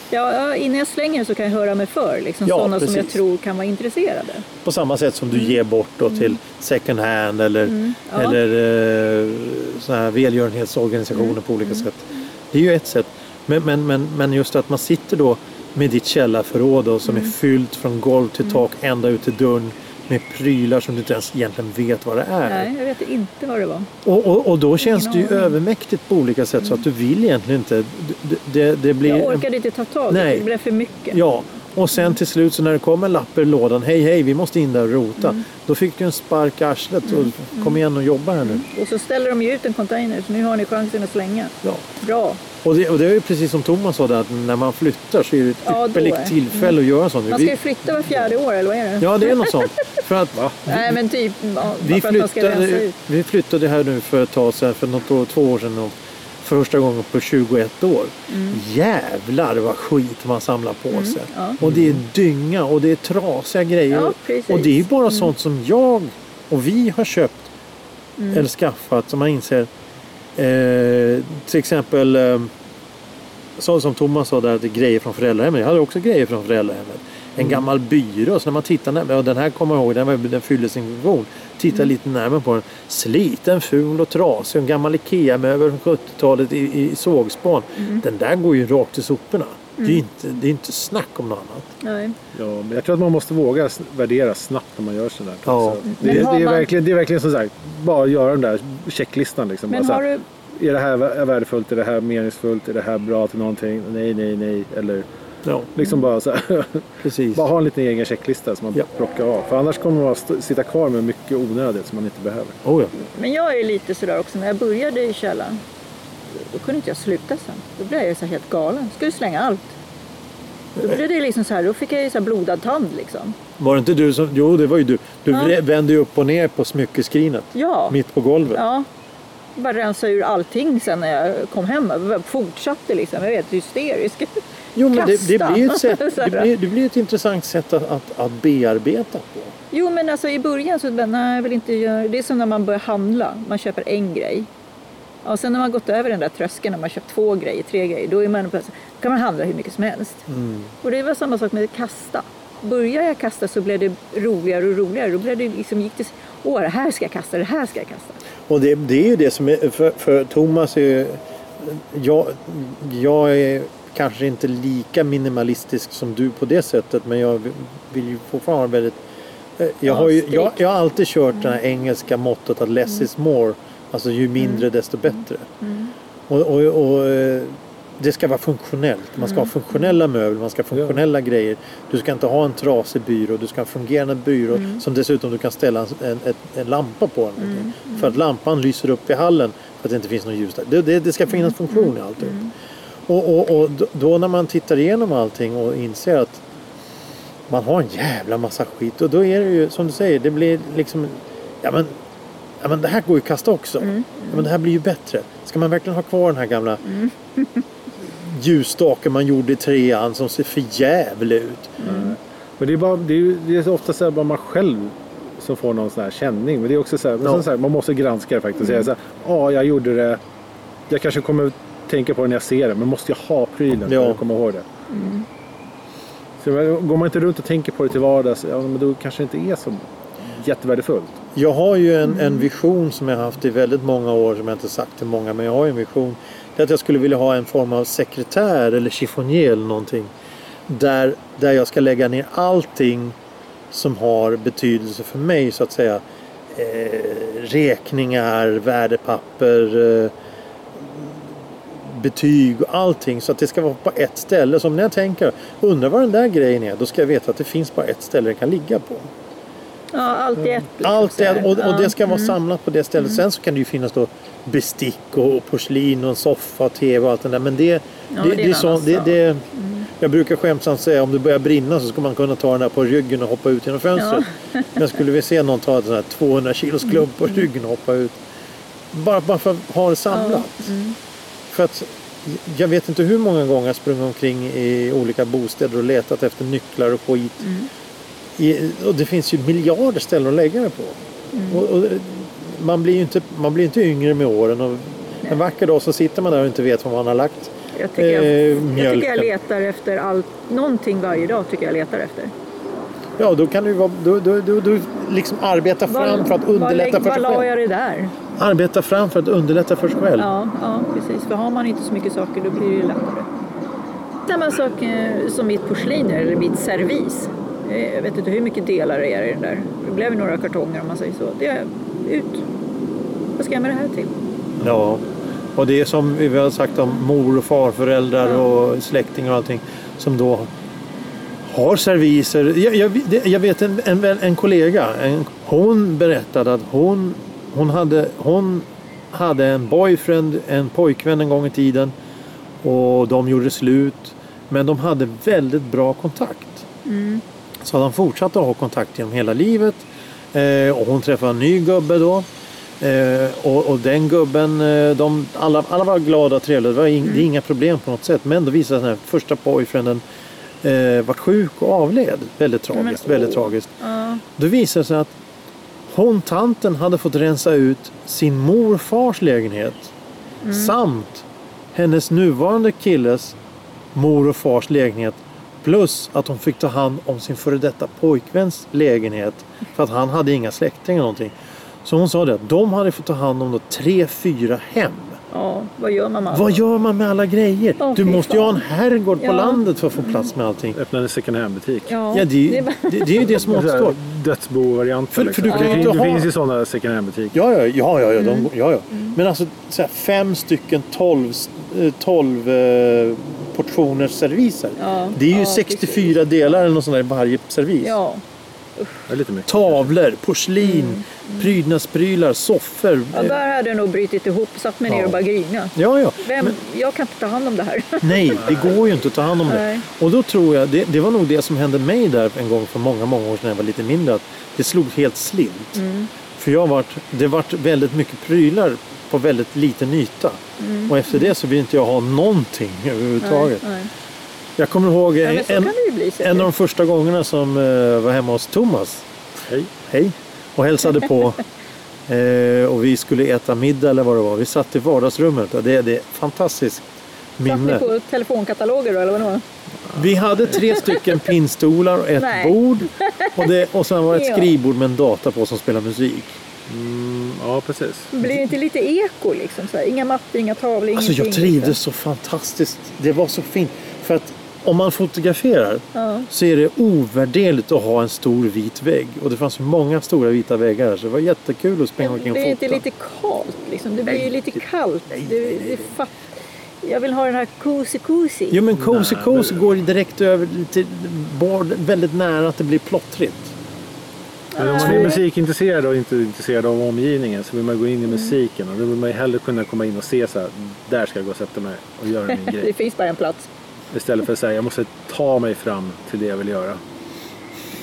[SPEAKER 2] Ja, ja, innan jag slänger så kan jag höra mig för. Liksom,
[SPEAKER 1] Ja,
[SPEAKER 2] sådana som jag
[SPEAKER 1] precis.
[SPEAKER 2] tror kan vara intresserade.
[SPEAKER 1] På samma sätt som du ger bort då till second hand eller,
[SPEAKER 2] Mm, ja.
[SPEAKER 1] eller eh, såna här välgörenhetsorganisationer
[SPEAKER 2] Mm.
[SPEAKER 1] på olika sätt. Det är ju ett sätt. Men, men, men, men just att man sitter då med ditt källarförråd då,
[SPEAKER 2] Mm.
[SPEAKER 1] som är fyllt från golv till tak ända ut till dörren med prylar som du inte ens egentligen vet vad det är.
[SPEAKER 2] Nej, jag vet inte vad det var.
[SPEAKER 1] Och, och, och då känns det ju
[SPEAKER 2] aning. Mm.
[SPEAKER 1] övermäktigt på olika sätt så att du vill egentligen inte. Det, det, det blir
[SPEAKER 2] Jag orkade inte ta tag i det.
[SPEAKER 1] Nej.
[SPEAKER 2] Det blev för mycket.
[SPEAKER 1] Ja, och sen till slut så när det kom en lapp ur lådan. Hej, hej, vi måste in där och rota.
[SPEAKER 2] Mm.
[SPEAKER 1] Då fick du en spark i arslet. Och, kom igen och jobba här nu.
[SPEAKER 2] Och så ställer de ju ut en container, så nu har ni chansen att slänga.
[SPEAKER 1] Ja.
[SPEAKER 2] Bra.
[SPEAKER 1] Och, det, och det är ju precis som Thomas sa, där, att när man flyttar så är det ett
[SPEAKER 2] Ja, då är- Mm.
[SPEAKER 1] ypperligt tillfälle att göra en sån.
[SPEAKER 2] Man ska ju flytta var fjärde år, eller vad är det?
[SPEAKER 1] Ja, det är något sånt. För
[SPEAKER 2] [laughs]
[SPEAKER 1] att,
[SPEAKER 2] Nej, men typ ja,
[SPEAKER 1] Vi
[SPEAKER 2] för att man ska rensa
[SPEAKER 1] flyttade,
[SPEAKER 2] ut.
[SPEAKER 1] vi flyttade här nu för ett tag sedan, för något år, två år sedan. och För första gången på 21 år.
[SPEAKER 2] Mm.
[SPEAKER 1] Jävlar vad skit man samlar på sig.
[SPEAKER 2] ja.
[SPEAKER 1] Och det är dynga och det är trasiga grejer.
[SPEAKER 2] Ja, precis. Mm.
[SPEAKER 1] och det är ju bara sånt som jag och vi har köpt
[SPEAKER 2] Mm.
[SPEAKER 1] eller skaffat som man inser. Eh, till exempel eh, så som Thomas sa där, att det är grejer från föräldrahemmet. Jag hade också grejer från föräldrahemmet. En
[SPEAKER 2] Mm.
[SPEAKER 1] gammal byrå, så när man tittar närmare, och den här kommer jag ihåg, den, var- den fyllde sin funktion. Titta
[SPEAKER 2] Mm.
[SPEAKER 1] lite närmare på den. Sliten, ful och trasig. En gammal IKEA-möbel från 70-talet i, i sågspån.
[SPEAKER 2] Mm.
[SPEAKER 1] Den där går ju rakt till soporna. Det, är ju inte, det är inte snack om något annat.
[SPEAKER 2] Nej.
[SPEAKER 3] Ja, men jag tror att man måste våga s- värdera snabbt när man gör sådär.
[SPEAKER 1] Ja.
[SPEAKER 3] Så Det,
[SPEAKER 2] Men
[SPEAKER 3] det,
[SPEAKER 2] har
[SPEAKER 3] är
[SPEAKER 2] man-
[SPEAKER 3] verkligen, det är verkligen som sagt, bara göra den där checklistan. Liksom.
[SPEAKER 2] Men
[SPEAKER 3] Bara
[SPEAKER 2] har
[SPEAKER 3] så här,
[SPEAKER 2] du...
[SPEAKER 3] Är det här vä- är värdefullt? Är det här meningsfullt? Är det här bra till någonting? Nej, nej, nej. Eller
[SPEAKER 1] Ja,
[SPEAKER 3] liksom bara så här. [laughs]
[SPEAKER 1] precis.
[SPEAKER 3] Bara ha en liten egen checklista som man
[SPEAKER 1] Ja.
[SPEAKER 3] plockar av. För annars kommer man att st- sitta kvar med mycket onödigt som man inte behöver.
[SPEAKER 1] Oh, ja.
[SPEAKER 2] Men jag är lite sådär också, när jag började i källaren, då kunde inte jag sluta sen. Då blev jag ju så här helt galen. Skulle slänga allt. Då blev det liksom så här, då fick jag ju så här blodad tand liksom.
[SPEAKER 1] Var det inte du som... Jo, det var ju du. Du
[SPEAKER 2] Ja.
[SPEAKER 1] vre- vände ju upp och ner på smyckeskrinet.
[SPEAKER 2] Ja.
[SPEAKER 1] Mitt på golvet.
[SPEAKER 2] Ja. Bara rensa ur allting sen när jag kom hem. Jag bara fortsatte liksom, jag var helt hysterisk.
[SPEAKER 1] Jo, men det, det,
[SPEAKER 2] Kasta.
[SPEAKER 1] blir ett
[SPEAKER 2] [laughs]
[SPEAKER 1] sätt,
[SPEAKER 2] Så här.
[SPEAKER 1] det, blir, det blir ett intressant sätt att, att, att bearbeta på.
[SPEAKER 2] Jo men alltså i början så bara, nej jag vill inte göra det. är som när man börjar handla, man köper en grej. Ja, sen när man gått över den där tröskeln, när man köpt två grejer, tre grejer, då är man på, kan man handla hur mycket som helst.
[SPEAKER 1] Mm.
[SPEAKER 2] Och det var samma sak med att kasta. Började jag kasta så blev det roligare och roligare. Då blev det liksom, gick det, åh det här ska jag kasta, det här ska jag kasta.
[SPEAKER 1] Och det, det är ju det som är, för, för Thomas är ju, jag, jag är kanske inte lika minimalistisk som du på det sättet men jag vill ju fortfarande vara väldigt eh, jag har, ju, jag, jag har alltid kört det här engelska mottot att less is more. Alltså ju mindre desto bättre. Och, och, och eh, det ska vara funktionellt. Man ska ha funktionella möbler, man ska ha funktionella grejer. Du ska inte ha en trasig byrå, du ska ha en fungerande byrå som dessutom du kan ställa en, en, ett- en lampa på. Den, För att lampan lyser upp i hallen för att det inte finns något ljus där. Det, det, det ska finnas funktion i allt. Och, och, och då- då när man tittar igenom allting och inser att man har en jävla massa skit och då är det ju som du säger, det blir liksom ja men, ja, men det här går ju att kasta också. Ja, men det här blir ju bättre. Ska man verkligen ha kvar den här gamla ljusstaken man gjorde i trean som ser för jävlig ut?
[SPEAKER 3] Men det är, bara, det är, ju- det är så ofta så här bara man själv som får någon sån här känning. Men det är också så här, men
[SPEAKER 1] Ja.
[SPEAKER 3] sen så här man måste granska det faktiskt. och Säga så här, ja, jag gjorde det. Jag kanske kommer tänka på det när jag ser det, men måste jag ha prylen
[SPEAKER 1] Ja.
[SPEAKER 3] för att komma ihåg det? Så, men går man inte runt och tänker på det till vardags, ja, men då kanske det inte är så jättevärdefullt.
[SPEAKER 1] Jag har ju en, en vision som jag har haft i väldigt många år som jag inte sagt till många men jag har ju en vision. Det är att jag skulle vilja ha en form av sekretär eller chiffonier eller någonting. Där, där jag ska lägga ner allting som har betydelse för mig så att säga. Eh, räkningar, värdepapper, eh, betyg och allting. Så att det ska vara på ett ställe. Som när jag tänker, undrar vad den där grejen är. Då ska jag veta att det finns bara ett ställe det kan ligga på.
[SPEAKER 2] Ja, allt i ett. liksom
[SPEAKER 1] Mm. Allt
[SPEAKER 2] så Mm. här.
[SPEAKER 1] det, och, och
[SPEAKER 2] Ja.
[SPEAKER 1] det ska vara samlat på det stället. Sen så kan det ju finnas då bestick och porslin och en soffa och tv och allt det där. Men det,
[SPEAKER 2] Ja,
[SPEAKER 1] det,
[SPEAKER 2] det är
[SPEAKER 1] det, är
[SPEAKER 2] en
[SPEAKER 1] så,
[SPEAKER 2] annan
[SPEAKER 1] det,
[SPEAKER 2] sak. Mm.
[SPEAKER 1] det Jag brukar skämtsamt säga om det börjar brinna så ska man kunna ta den här på ryggen och hoppa ut genom
[SPEAKER 2] [laughs]
[SPEAKER 1] fönstret. Men skulle vi se någon ta en sån här 200 kilos klump
[SPEAKER 2] Mm.
[SPEAKER 1] på ryggen och hoppa ut. Bara, bara för att ha det samlat.
[SPEAKER 2] mm.
[SPEAKER 1] För att jag vet inte hur många gånger jag sprungit omkring i olika bostäder och letat efter nycklar och skit.
[SPEAKER 2] Mm.
[SPEAKER 1] I, och det finns ju miljarder ställen att lägga det på.
[SPEAKER 2] Mm.
[SPEAKER 1] Och, och, man blir ju inte, man blir inte yngre med åren. Och en vacker dag så sitter man där och inte vet var man har lagt eh,
[SPEAKER 2] Jag tycker jag, jag, tycker jag
[SPEAKER 1] mjölken.
[SPEAKER 2] letar efter allt, någonting varje dag tycker jag letar efter.
[SPEAKER 1] Ja, då kan du, vara, du, du, du, du liksom arbeta fram för att underlätta
[SPEAKER 2] var,
[SPEAKER 1] för
[SPEAKER 2] var
[SPEAKER 1] sig
[SPEAKER 2] la
[SPEAKER 1] själv.
[SPEAKER 2] jag det där?
[SPEAKER 1] Arbeta fram för att underlätta för sig själv.
[SPEAKER 2] Ja, ja, precis. För har man inte så mycket saker då blir det ju lättare. Samma sak eh, som mitt porslin är, eller mitt servis. Eh, Jag vet inte hur mycket delar det är i den där. Det blev ju några kartonger om man säger så. Det är ut. Vad ska jag med det här till?
[SPEAKER 1] Ja. Och det är som vi har sagt om mor och farföräldrar
[SPEAKER 2] Ja.
[SPEAKER 1] och släktingar och allting som då har serviser. Jag, jag, det- jag vet en, en, vän- en kollega, en, hon berättade att hon, hon, hade, hon hade en boyfriend, en pojkvän en gång i tiden och de gjorde slut. Men de hade väldigt bra kontakt. Så de fortsatte att ha kontakt genom hela livet. Eh, och hon träffade en ny gubbe då. Eh, och, och den gubben, eh, de, alla, alla var glada och trevliga. Det var ing, det
[SPEAKER 2] Mm.
[SPEAKER 1] är inga problem på något sätt. Men då visade den här första pojkvännen eh, var sjuk och avled. Väldigt tragiskt.
[SPEAKER 2] Men,
[SPEAKER 1] väldigt
[SPEAKER 2] åh.
[SPEAKER 1] tragiskt.
[SPEAKER 2] Ja,
[SPEAKER 1] Då visade det sig att hon, tanten, hade fått rensa ut sin morfars lägenhet.
[SPEAKER 2] Mm.
[SPEAKER 1] Samt hennes nuvarande killes mor och fars lägenhet. Plus att hon fick ta hand om sin före detta pojkväns lägenhet. För att han hade inga släktingar eller någonting. Så hon sa det att de hade fått ta hand om då tre, fyra hem.
[SPEAKER 2] ja, vad gör man med allt?
[SPEAKER 1] Vad gör man med alla grejer?
[SPEAKER 2] Åh,
[SPEAKER 1] du
[SPEAKER 2] fy
[SPEAKER 1] måste ju ha en herrgård på
[SPEAKER 2] Ja.
[SPEAKER 1] landet för att få plats med allting.
[SPEAKER 3] Öppna en second hand-butik.
[SPEAKER 2] Ja,
[SPEAKER 1] Ja, det, är ju-
[SPEAKER 2] det är bara-
[SPEAKER 1] det, det är ju det som
[SPEAKER 3] Det är så här
[SPEAKER 1] återstår.
[SPEAKER 3] Dödsbo-varianten.
[SPEAKER 1] För- för
[SPEAKER 3] liksom.
[SPEAKER 1] du kan ju
[SPEAKER 3] det
[SPEAKER 1] inte
[SPEAKER 3] finns,
[SPEAKER 1] ha-
[SPEAKER 3] det finns ju sådana second hand-butiker.
[SPEAKER 1] Ja, ja, ja. ja, ja,
[SPEAKER 2] Mm.
[SPEAKER 1] de, ja, ja. Men alltså så här, fem stycken 12, eh, 12 eh, portioners serviser.
[SPEAKER 2] Ja,
[SPEAKER 1] det är ju
[SPEAKER 2] ja,
[SPEAKER 1] 64 delar eller något sånt där i varje servis.
[SPEAKER 2] ja.
[SPEAKER 3] Ja, lite mycket.
[SPEAKER 1] Tavlor, porslin, prydnadsprylar, soffor.
[SPEAKER 2] Mm. ja,
[SPEAKER 1] eh,
[SPEAKER 2] där hade jag nog brutit ihop, satt mig ner
[SPEAKER 1] Ja.
[SPEAKER 2] och bara grina.
[SPEAKER 1] Ja, ja.
[SPEAKER 2] Vem, jag kan inte ta hand om det här.
[SPEAKER 1] Nej, det går ju inte att ta hand om det.
[SPEAKER 2] Nej.
[SPEAKER 1] Och då tror jag, det, det var nog det som hände mig där en gång för många, många år sedan när jag var lite mindre. Att det slog helt slint.
[SPEAKER 2] Mm.
[SPEAKER 1] För jag vart, det vart väldigt mycket prylar på väldigt liten yta. Och efter det så vill inte jag ha någonting [laughs] överhuvudtaget.
[SPEAKER 2] Mm. Nej.
[SPEAKER 1] Jag kommer ihåg
[SPEAKER 2] Ja, men så
[SPEAKER 1] en,
[SPEAKER 2] kan det ju bli. säkert.
[SPEAKER 1] en av de första gångerna som eh, var hemma hos Thomas.
[SPEAKER 3] Hej.
[SPEAKER 1] Hej. Och hälsade
[SPEAKER 2] [laughs]
[SPEAKER 1] på. Eh, och vi skulle äta middag eller vad det var. Vi satt i vardagsrummet. Och det, det är ett fantastiskt
[SPEAKER 2] Satt
[SPEAKER 1] minne.
[SPEAKER 2] ni på telefonkataloger då, eller vadå?
[SPEAKER 1] Vi hade tre stycken pinnstolar och ett
[SPEAKER 2] Nej.
[SPEAKER 1] bord. Och, det, och sen var det ett
[SPEAKER 2] Ja.
[SPEAKER 1] skrivbord med en data på som spelar musik.
[SPEAKER 3] Mm, ja, precis.
[SPEAKER 2] Blir det inte lite eko liksom? Så här? Inga mattor, inga tavlor,
[SPEAKER 1] Alltså
[SPEAKER 2] ingenting. liksom.
[SPEAKER 1] jag trivdes så fantastiskt. Det var så fint. För att om man fotograferar
[SPEAKER 2] Ja.
[SPEAKER 1] så är det ovärderligt att ha en stor vit vägg. Och det fanns ju många stora vita väggar där så det var jättekul att springa
[SPEAKER 2] Liksom.
[SPEAKER 1] omkring
[SPEAKER 2] Blir det
[SPEAKER 1] och
[SPEAKER 2] inte
[SPEAKER 1] fota.
[SPEAKER 2] lite kalt liksom? Det blir ju lite kallt.
[SPEAKER 1] nej,
[SPEAKER 2] Det,
[SPEAKER 1] nej,
[SPEAKER 2] det fa- jag vill ha den här cozy cozy. [laughs]
[SPEAKER 1] Jo men cozy
[SPEAKER 3] Nej,
[SPEAKER 1] cozy går ju direkt över till bord väldigt nära att det blir plottrigt.
[SPEAKER 3] Men om man är musikintresserad och inte intresserad av omgivningen så vill man gå
[SPEAKER 2] Mm.
[SPEAKER 3] in i musiken och då vill man ju hellre kunna komma in och se så här, där ska jag gå och sätta mig och göra min
[SPEAKER 2] Det [laughs]
[SPEAKER 3] grej.
[SPEAKER 2] finns bara en plats.
[SPEAKER 3] Istället för att säga, jag måste ta mig fram till det jag vill göra.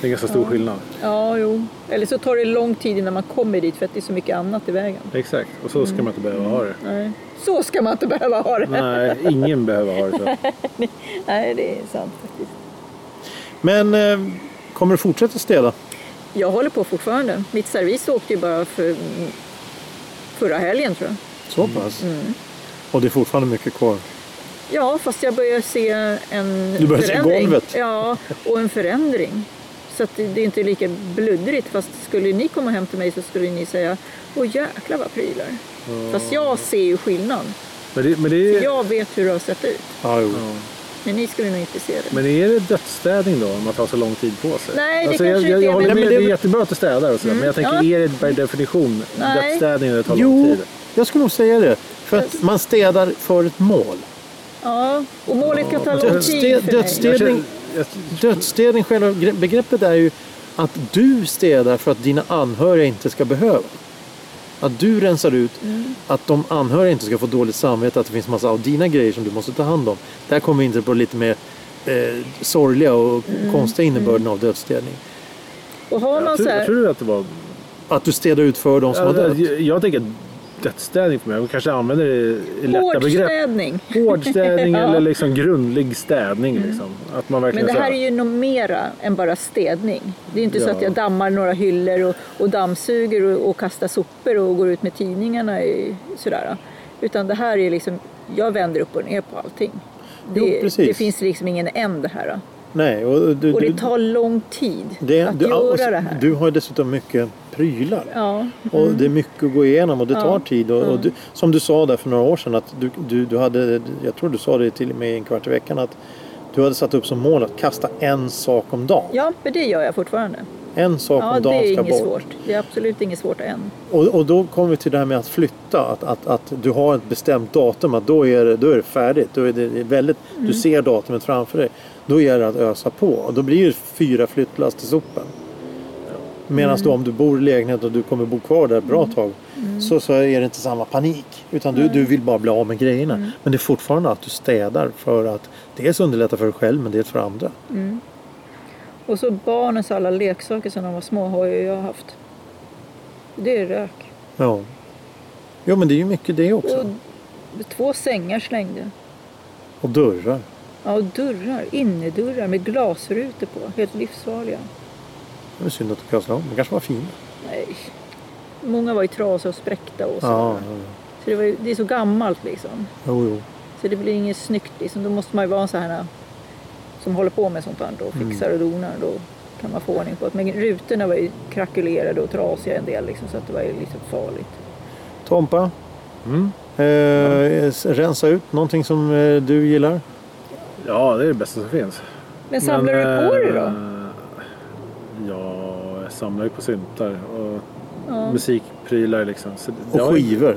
[SPEAKER 3] Det är ganska stor skillnad.
[SPEAKER 2] Ja, jo. Eller så tar det lång tid innan man kommer dit för att det är så mycket annat i vägen.
[SPEAKER 3] Exakt, och så ska man inte behöva ha det.
[SPEAKER 2] Mm. Nej. Så ska man inte behöva ha det. Nej,
[SPEAKER 3] Nej, ingen behöver ha det så.
[SPEAKER 2] det är sant faktiskt.
[SPEAKER 1] Men eh, kommer du fortsätta städa?
[SPEAKER 2] Jag håller på fortfarande. Mitt servis åkte ju bara för förra helgen tror jag.
[SPEAKER 1] Så pass? Och det är fortfarande mycket kvar?
[SPEAKER 2] Ja, fast jag börjar se en
[SPEAKER 1] Du börjar se
[SPEAKER 2] förändring.
[SPEAKER 1] golvet.
[SPEAKER 2] Ja, och en förändring. Så att det det är inte lika bluddrigt. Fast skulle ni komma hem till mig så skulle ni säga Åh jäklar vad prylar. Fast jag ser ju skillnad.
[SPEAKER 3] Men, det, men, det är,
[SPEAKER 2] Jag vet hur det har sett ut.
[SPEAKER 1] Ja, jo.
[SPEAKER 2] Men ni skulle nog inte se det.
[SPEAKER 3] men är det dödsstädning då om man tar så lång tid på sig? Alltså,
[SPEAKER 2] Nej, det
[SPEAKER 3] jag,
[SPEAKER 2] kanske
[SPEAKER 3] jag,
[SPEAKER 2] inte
[SPEAKER 3] jag
[SPEAKER 2] är,
[SPEAKER 3] håller
[SPEAKER 2] men- Mm.
[SPEAKER 3] med,
[SPEAKER 1] Nej,
[SPEAKER 3] det är
[SPEAKER 1] men det-
[SPEAKER 3] jättebra att du städar och sådär, men jag tänker,
[SPEAKER 2] ja.
[SPEAKER 3] är det per definition
[SPEAKER 2] Nej.
[SPEAKER 3] dödsstädning när det tar lång
[SPEAKER 1] Jo,
[SPEAKER 3] tid?
[SPEAKER 1] jag skulle nog säga det. För att man städar för ett mål.
[SPEAKER 2] Ja, och målet kan ta lång
[SPEAKER 1] Dödsste-
[SPEAKER 2] tid för mig.
[SPEAKER 1] dödsste-
[SPEAKER 3] Jag känner, jag,
[SPEAKER 1] Dödsstädning, själva gre- begreppet är ju att du städar för att dina anhöriga inte ska behöva. Att du rensar ut,
[SPEAKER 2] Mm.
[SPEAKER 1] att de anhöriga inte ska få dåligt samvete, att det finns massa av dina grejer som du måste ta hand om. Där kommer vi in på lite mer eh, sorgliga och
[SPEAKER 2] Mm.
[SPEAKER 1] konstiga innebörden av dödsdelning.
[SPEAKER 2] Och har man
[SPEAKER 3] Jag, tror,
[SPEAKER 2] så
[SPEAKER 3] jag
[SPEAKER 2] här...
[SPEAKER 3] tror att det var...
[SPEAKER 1] Att du städar ut för de som har
[SPEAKER 3] Jag,
[SPEAKER 1] dött.
[SPEAKER 3] jag, jag tänker dödsstädning för mig. Jag kanske använder det i i lätta begrepp.
[SPEAKER 2] Hårdstädning.
[SPEAKER 3] Hård städning
[SPEAKER 2] [laughs] Ja. Mm.
[SPEAKER 3] eller liksom grundlig städning. Liksom. Att man verkligen
[SPEAKER 2] Men det
[SPEAKER 3] så
[SPEAKER 2] här är ju nog mera än bara städning. Det är ju inte så
[SPEAKER 3] Ja.
[SPEAKER 2] att jag dammar några hyllor och, och dammsuger och, och kastar sopor och går ut med tidningarna i, sådär. Utan det här är liksom, jag vänder upp och ner på allting. Det,
[SPEAKER 1] Jo, precis.
[SPEAKER 2] det finns liksom ingen ände här.
[SPEAKER 1] Nej, och du,
[SPEAKER 2] Och
[SPEAKER 1] du,
[SPEAKER 2] det tar lång tid
[SPEAKER 1] det-
[SPEAKER 2] att
[SPEAKER 1] du- och
[SPEAKER 2] göra det här.
[SPEAKER 1] Du har ju dessutom mycket prylar.
[SPEAKER 2] Ja.
[SPEAKER 1] Och det är mycket att gå igenom och det tar tid. Och, och du,
[SPEAKER 2] Mm.
[SPEAKER 1] som du sa där för några år sedan, att du, du, du hade, jag tror du sa det till och med en kvart i veckan, att du hade satt upp som mål att kasta en sak om dagen.
[SPEAKER 2] ja, men det gör jag fortfarande.
[SPEAKER 1] En sak
[SPEAKER 2] Ja,
[SPEAKER 1] om
[SPEAKER 2] det
[SPEAKER 1] dagen
[SPEAKER 2] är
[SPEAKER 1] ska
[SPEAKER 2] inget
[SPEAKER 1] bort.
[SPEAKER 2] svårt. Det är absolut inget svårt än.
[SPEAKER 1] Och, och då kommer vi till det här med att flytta. Att, att, att du har ett bestämt datum. Att då, är det, då är det färdigt. Då är det det är väldigt, Du ser datumet framför dig. Då gäller det att ösa på. Och då blir det fyra flyttlass till sopen. Medan då om du bor i lägenhet och du kommer bo kvar där ett bra tag. Så, så är det inte samma panik. Utan du, du vill bara bli av med grejerna. Men det är fortfarande att du städar för att dels underlätta för dig själv men dels för andra.
[SPEAKER 2] Och så barnens alla leksaker som de var små har ju jag haft. Det är rök.
[SPEAKER 1] Ja. Jo men det är ju mycket det också.
[SPEAKER 2] Och två sängar slängde.
[SPEAKER 1] Och dörrar.
[SPEAKER 2] Ja, och dörrar, innerdörrar med glasrutor på. Helt livsfarliga.
[SPEAKER 1] Det är synd att du kastade om. De kanske var fina.
[SPEAKER 2] Nej. Många var ju trasiga och spräckta och så.
[SPEAKER 1] Ja,
[SPEAKER 2] Så det, var ju, det är så gammalt liksom.
[SPEAKER 1] jo, jo.
[SPEAKER 2] Så det blir inget snyggt liksom. Då måste man ju vara en sån här som håller på med sånt här och fixar och donar. Då kan man få ordning på det. Men rutorna var ju krackelerade och trasiga en del liksom. Så att det var ju lite farligt.
[SPEAKER 1] Tompa,
[SPEAKER 3] Mm.
[SPEAKER 1] eh, s- rensa ut någonting som eh, du gillar.
[SPEAKER 3] Ja, det är det bästa som finns.
[SPEAKER 2] Men samlar du på det då?
[SPEAKER 3] eh, Ja, jag samlar ju på syntar och
[SPEAKER 2] Ja.
[SPEAKER 3] musikprylar liksom. Så jag
[SPEAKER 1] Och
[SPEAKER 3] har-
[SPEAKER 1] skivor.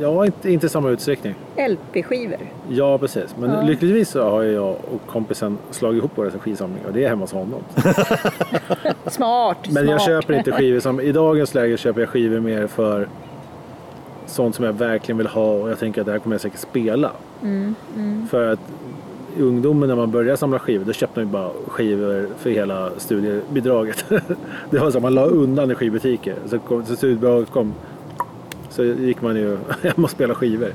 [SPEAKER 3] Ja, inte, inte i samma utsträckning.
[SPEAKER 2] LP-skivor?
[SPEAKER 3] Ja, precis. Men
[SPEAKER 2] Ja.
[SPEAKER 3] lyckligtvis så har jag och kompisen slagit ihop våra skivsamlingar och det är hemma hos honom.
[SPEAKER 2] Smart!
[SPEAKER 3] Men
[SPEAKER 2] smart.
[SPEAKER 3] jag köper inte skivor som... I dagens läge köper jag skivor mer för sånt som jag verkligen vill ha och jag tänker att det här kommer jag säkert spela. För att i ungdomen när man började samla skivor då köpte man ju bara skivor för hela studiebidraget. [laughs] det var så att man la undan i skivbutiker. Så, kom, så studiebidraget kom så gick man ju [laughs] hem och spelade skivor.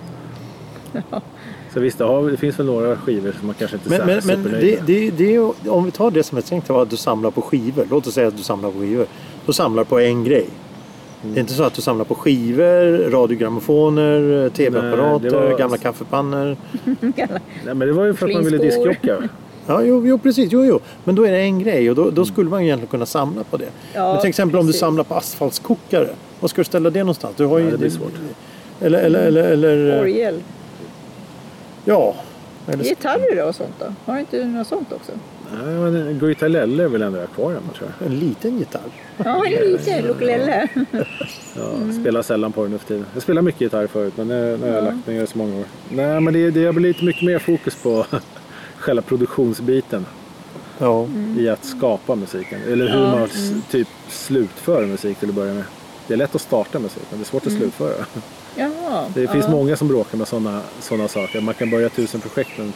[SPEAKER 3] Så visst, det, har, det finns väl några skivor som man kanske inte är
[SPEAKER 1] Men, men, men
[SPEAKER 3] supernöjd
[SPEAKER 1] det,
[SPEAKER 3] med.
[SPEAKER 1] det, det, är ju- om vi tar det som ett tänkt var att du samlar på skivor. Låt oss säga att du samlar på skivor. Du samlar på en grej.
[SPEAKER 3] Mm.
[SPEAKER 1] Det är inte så att du samlar på skivor, radiogrammofoner, eh, tv-apparater,
[SPEAKER 3] Nej, det var-
[SPEAKER 1] gamla kaffepannor.
[SPEAKER 3] Nej, men det var ju för att man ville
[SPEAKER 2] Flinskor.
[SPEAKER 3] diskjocka.
[SPEAKER 1] Ja, jo, jo precis. Jo, jo. Men då är det en grej och då, då skulle man ju egentligen kunna samla på det.
[SPEAKER 2] Mm. Ja,
[SPEAKER 1] Men till exempel om du
[SPEAKER 2] precis.
[SPEAKER 1] samlar på asfaltskokare. Var ska du ställa det någonstans? Du har ju,
[SPEAKER 3] Ja, det blir svårt.
[SPEAKER 1] Eller, eller,
[SPEAKER 2] Mm.
[SPEAKER 1] eller, eller
[SPEAKER 2] [laughs] Orgel.
[SPEAKER 1] ja. Eller,
[SPEAKER 2] Gitarrer då och sånt då? Har du inte något sånt också?
[SPEAKER 3] Nej, men Guitarelle är väl ändå kvar hemma tror jag.
[SPEAKER 1] en liten gitarr.
[SPEAKER 2] Ja, lite ukulele.
[SPEAKER 3] Jag spelar sällan på den nu för tiden. Jag spelade mycket gitarr förut men nu, nu har jag lagt ner det så många år. Nej men det, det blir lite mycket mer fokus på [laughs] själva produktionsbiten
[SPEAKER 1] Ja.
[SPEAKER 3] i att skapa musiken. Eller hur man s- typ slutför musik till att börja med. Det är lätt att starta musik men det är svårt att slutföra. [laughs]
[SPEAKER 2] Jaha.
[SPEAKER 3] Det finns
[SPEAKER 2] ja.
[SPEAKER 3] många som bråkar med sådana såna saker. Man kan börja tusen projekt men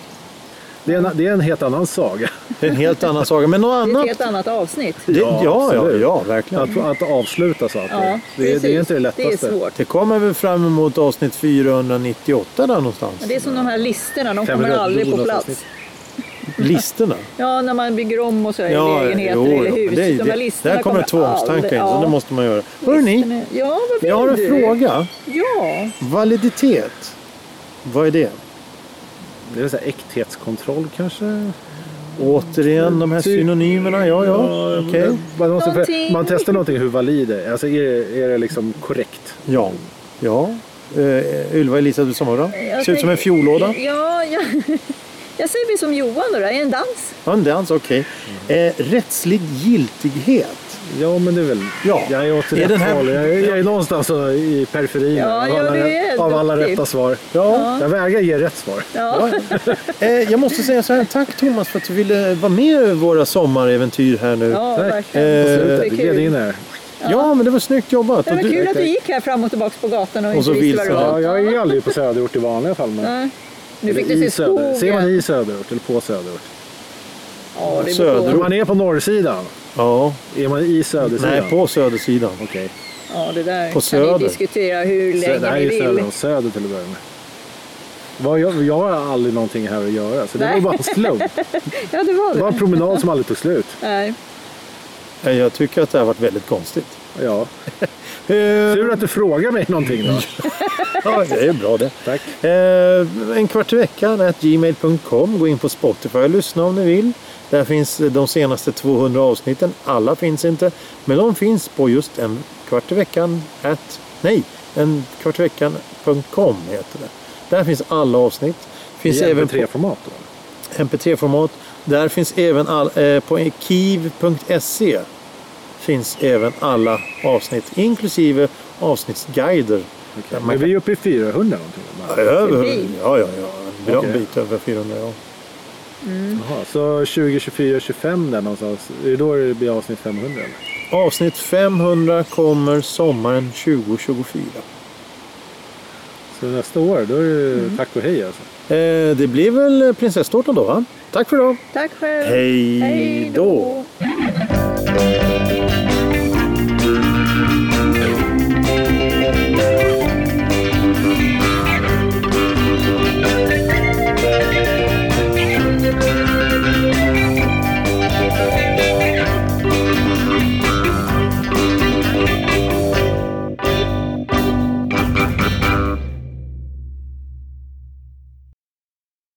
[SPEAKER 3] det är, en, det är en helt annan saga.
[SPEAKER 1] Det är en helt annan saga. Men något
[SPEAKER 2] Det är ett
[SPEAKER 1] annat.
[SPEAKER 2] helt annat avsnitt.
[SPEAKER 1] Det, ja,
[SPEAKER 3] Ja,
[SPEAKER 1] ja, ja,
[SPEAKER 3] absolut.
[SPEAKER 1] verkligen.
[SPEAKER 3] Att, att avsluta saker.
[SPEAKER 2] Ja,
[SPEAKER 3] det, är- det är inte det lättaste.
[SPEAKER 2] Det är svårt.
[SPEAKER 1] Det kommer vi fram emot avsnitt 498 där någonstans.
[SPEAKER 2] Men Det är som de här listorna, de kommer
[SPEAKER 3] 500
[SPEAKER 2] aldrig på plats.
[SPEAKER 3] avsnitt.
[SPEAKER 1] Listerna.
[SPEAKER 2] Ja, när man bygger om och så i
[SPEAKER 1] Ja,
[SPEAKER 2] lägenheter
[SPEAKER 1] jo,
[SPEAKER 2] eller
[SPEAKER 1] jo.
[SPEAKER 2] hus.
[SPEAKER 1] Det är ju
[SPEAKER 2] de här
[SPEAKER 1] det.
[SPEAKER 2] listorna
[SPEAKER 1] Där kommer tvångstankar in.
[SPEAKER 2] aldrig-
[SPEAKER 1] Så
[SPEAKER 2] ja.
[SPEAKER 1] det måste man göra. Hörrni,
[SPEAKER 2] Listorna- Ja, vad vill
[SPEAKER 1] jag har en
[SPEAKER 2] du?
[SPEAKER 1] fråga.
[SPEAKER 2] Ja,
[SPEAKER 1] Validitet. Vad är det?
[SPEAKER 3] Det är så här äkthetskontroll kanske?
[SPEAKER 1] Återigen de här
[SPEAKER 3] Typ-
[SPEAKER 1] synonymerna. Ja, ja. Okej.
[SPEAKER 3] Man, måste
[SPEAKER 2] Någonting.
[SPEAKER 3] för, man testar någonting hur valid det är. Alltså är, det- är det liksom korrekt?
[SPEAKER 1] Ja. ja. Eh, Ylva Elisa, du som har den.
[SPEAKER 2] jag
[SPEAKER 1] Ser ut som en
[SPEAKER 2] tänker-
[SPEAKER 1] fiollåda.
[SPEAKER 2] Ja, [laughs] jag, jag säger vi som Johan då, då. Är det en dans?
[SPEAKER 1] Ja, en dans, okej. Eh, rättslig giltighet.
[SPEAKER 3] Ja men det är väl.
[SPEAKER 1] Ja.
[SPEAKER 3] Jag är åt
[SPEAKER 1] Är
[SPEAKER 3] rätt
[SPEAKER 1] den här-
[SPEAKER 3] håll. Jag är, jag är någonstans så i periferin
[SPEAKER 2] Ja,
[SPEAKER 3] av,
[SPEAKER 2] ja,
[SPEAKER 3] alla,
[SPEAKER 2] du är
[SPEAKER 3] av alla
[SPEAKER 2] duktig.
[SPEAKER 3] rätta svar.
[SPEAKER 1] Ja.
[SPEAKER 3] Jag vägrar ge rätt svar.
[SPEAKER 2] Ja.
[SPEAKER 1] ja. Eh, jag måste säga så här, tack Thomas för att du ville vara med i våra sommaräventyr här nu.
[SPEAKER 2] Ja,
[SPEAKER 3] Tack.
[SPEAKER 2] verkligen.
[SPEAKER 1] Eh,
[SPEAKER 2] Det
[SPEAKER 3] Du
[SPEAKER 2] är
[SPEAKER 3] gled in
[SPEAKER 2] kul.
[SPEAKER 3] här.
[SPEAKER 1] Ja, men det var snyggt jobbat.
[SPEAKER 2] Det var
[SPEAKER 1] Och du-
[SPEAKER 2] kul att du gick här fram och tillbaka på gatan och,
[SPEAKER 1] Och så
[SPEAKER 2] inte visste vad det
[SPEAKER 1] vilsen.
[SPEAKER 2] var.
[SPEAKER 3] Ja, jag är ju aldrig på söderort i vanliga fall. Men...
[SPEAKER 2] Nej. Nu fick
[SPEAKER 3] Eller
[SPEAKER 2] du
[SPEAKER 3] i
[SPEAKER 2] se
[SPEAKER 3] söder.
[SPEAKER 2] skogen.
[SPEAKER 3] Ser man i söderort eller på söderort?
[SPEAKER 2] Ja, det beror
[SPEAKER 1] Söder-
[SPEAKER 2] på.
[SPEAKER 3] Man är på norrsidan.
[SPEAKER 1] Ja.
[SPEAKER 3] Är man i södersidan?
[SPEAKER 1] Nej, på södersidan.
[SPEAKER 3] Okej.
[SPEAKER 2] Ja, det där
[SPEAKER 1] På
[SPEAKER 2] kan
[SPEAKER 1] söder.
[SPEAKER 2] vi diskutera hur
[SPEAKER 3] Sö- Det
[SPEAKER 2] länge
[SPEAKER 3] här
[SPEAKER 2] vi
[SPEAKER 3] är söder om
[SPEAKER 2] vill.
[SPEAKER 3] söder till att börja med. Vad jag, jag har aldrig någonting här att göra, så det
[SPEAKER 2] Nej.
[SPEAKER 3] var bara en slump.
[SPEAKER 2] Ja, det var
[SPEAKER 3] Det var
[SPEAKER 2] det.
[SPEAKER 3] en promenad som aldrig tog slut.
[SPEAKER 2] Nej.
[SPEAKER 1] Nej, Eh, Jag tycker att det har varit väldigt konstigt.
[SPEAKER 3] Ja.
[SPEAKER 1] Eh,
[SPEAKER 3] Tur att du frågar mig någonting då.
[SPEAKER 1] ja, det är bra det.
[SPEAKER 3] Tack.
[SPEAKER 1] Eh, en kvart i veckan, at gmail.com. Gå in på Spotify och lyssna om ni vill. Där finns eh, de senaste 200 avsnitten. Alla finns inte, men de finns på just en kvart i veckan. At, nej, en kvart i veckan.com heter det. Där finns alla avsnitt. Finns
[SPEAKER 3] I
[SPEAKER 1] även på
[SPEAKER 3] MP3-format då?
[SPEAKER 1] mp3-format. Där finns även all, eh, på kiv.se finns även alla avsnitt, inklusive avsnittsguider. Där
[SPEAKER 3] Okej.
[SPEAKER 1] man
[SPEAKER 3] Men
[SPEAKER 1] kan-
[SPEAKER 3] vi är uppe i 400 någonting. bara.
[SPEAKER 1] Över,
[SPEAKER 2] Förbi.
[SPEAKER 1] ja, ja, ja. En bra
[SPEAKER 3] Okej.
[SPEAKER 1] bit över 400. Ja.
[SPEAKER 3] Jaha, så 2024, 25 där någonstans. Är det då det blir avsnitt 500 eller?
[SPEAKER 1] Avsnitt 500 kommer sommaren 2024.
[SPEAKER 3] Så nästa år, då är det
[SPEAKER 2] Mm.
[SPEAKER 3] tack och hej alltså.
[SPEAKER 1] Eh, det blir väl prinsesstårtan då, va? Tack för idag.
[SPEAKER 2] Tack själv.
[SPEAKER 1] Hej
[SPEAKER 2] Hej
[SPEAKER 1] då.
[SPEAKER 2] då.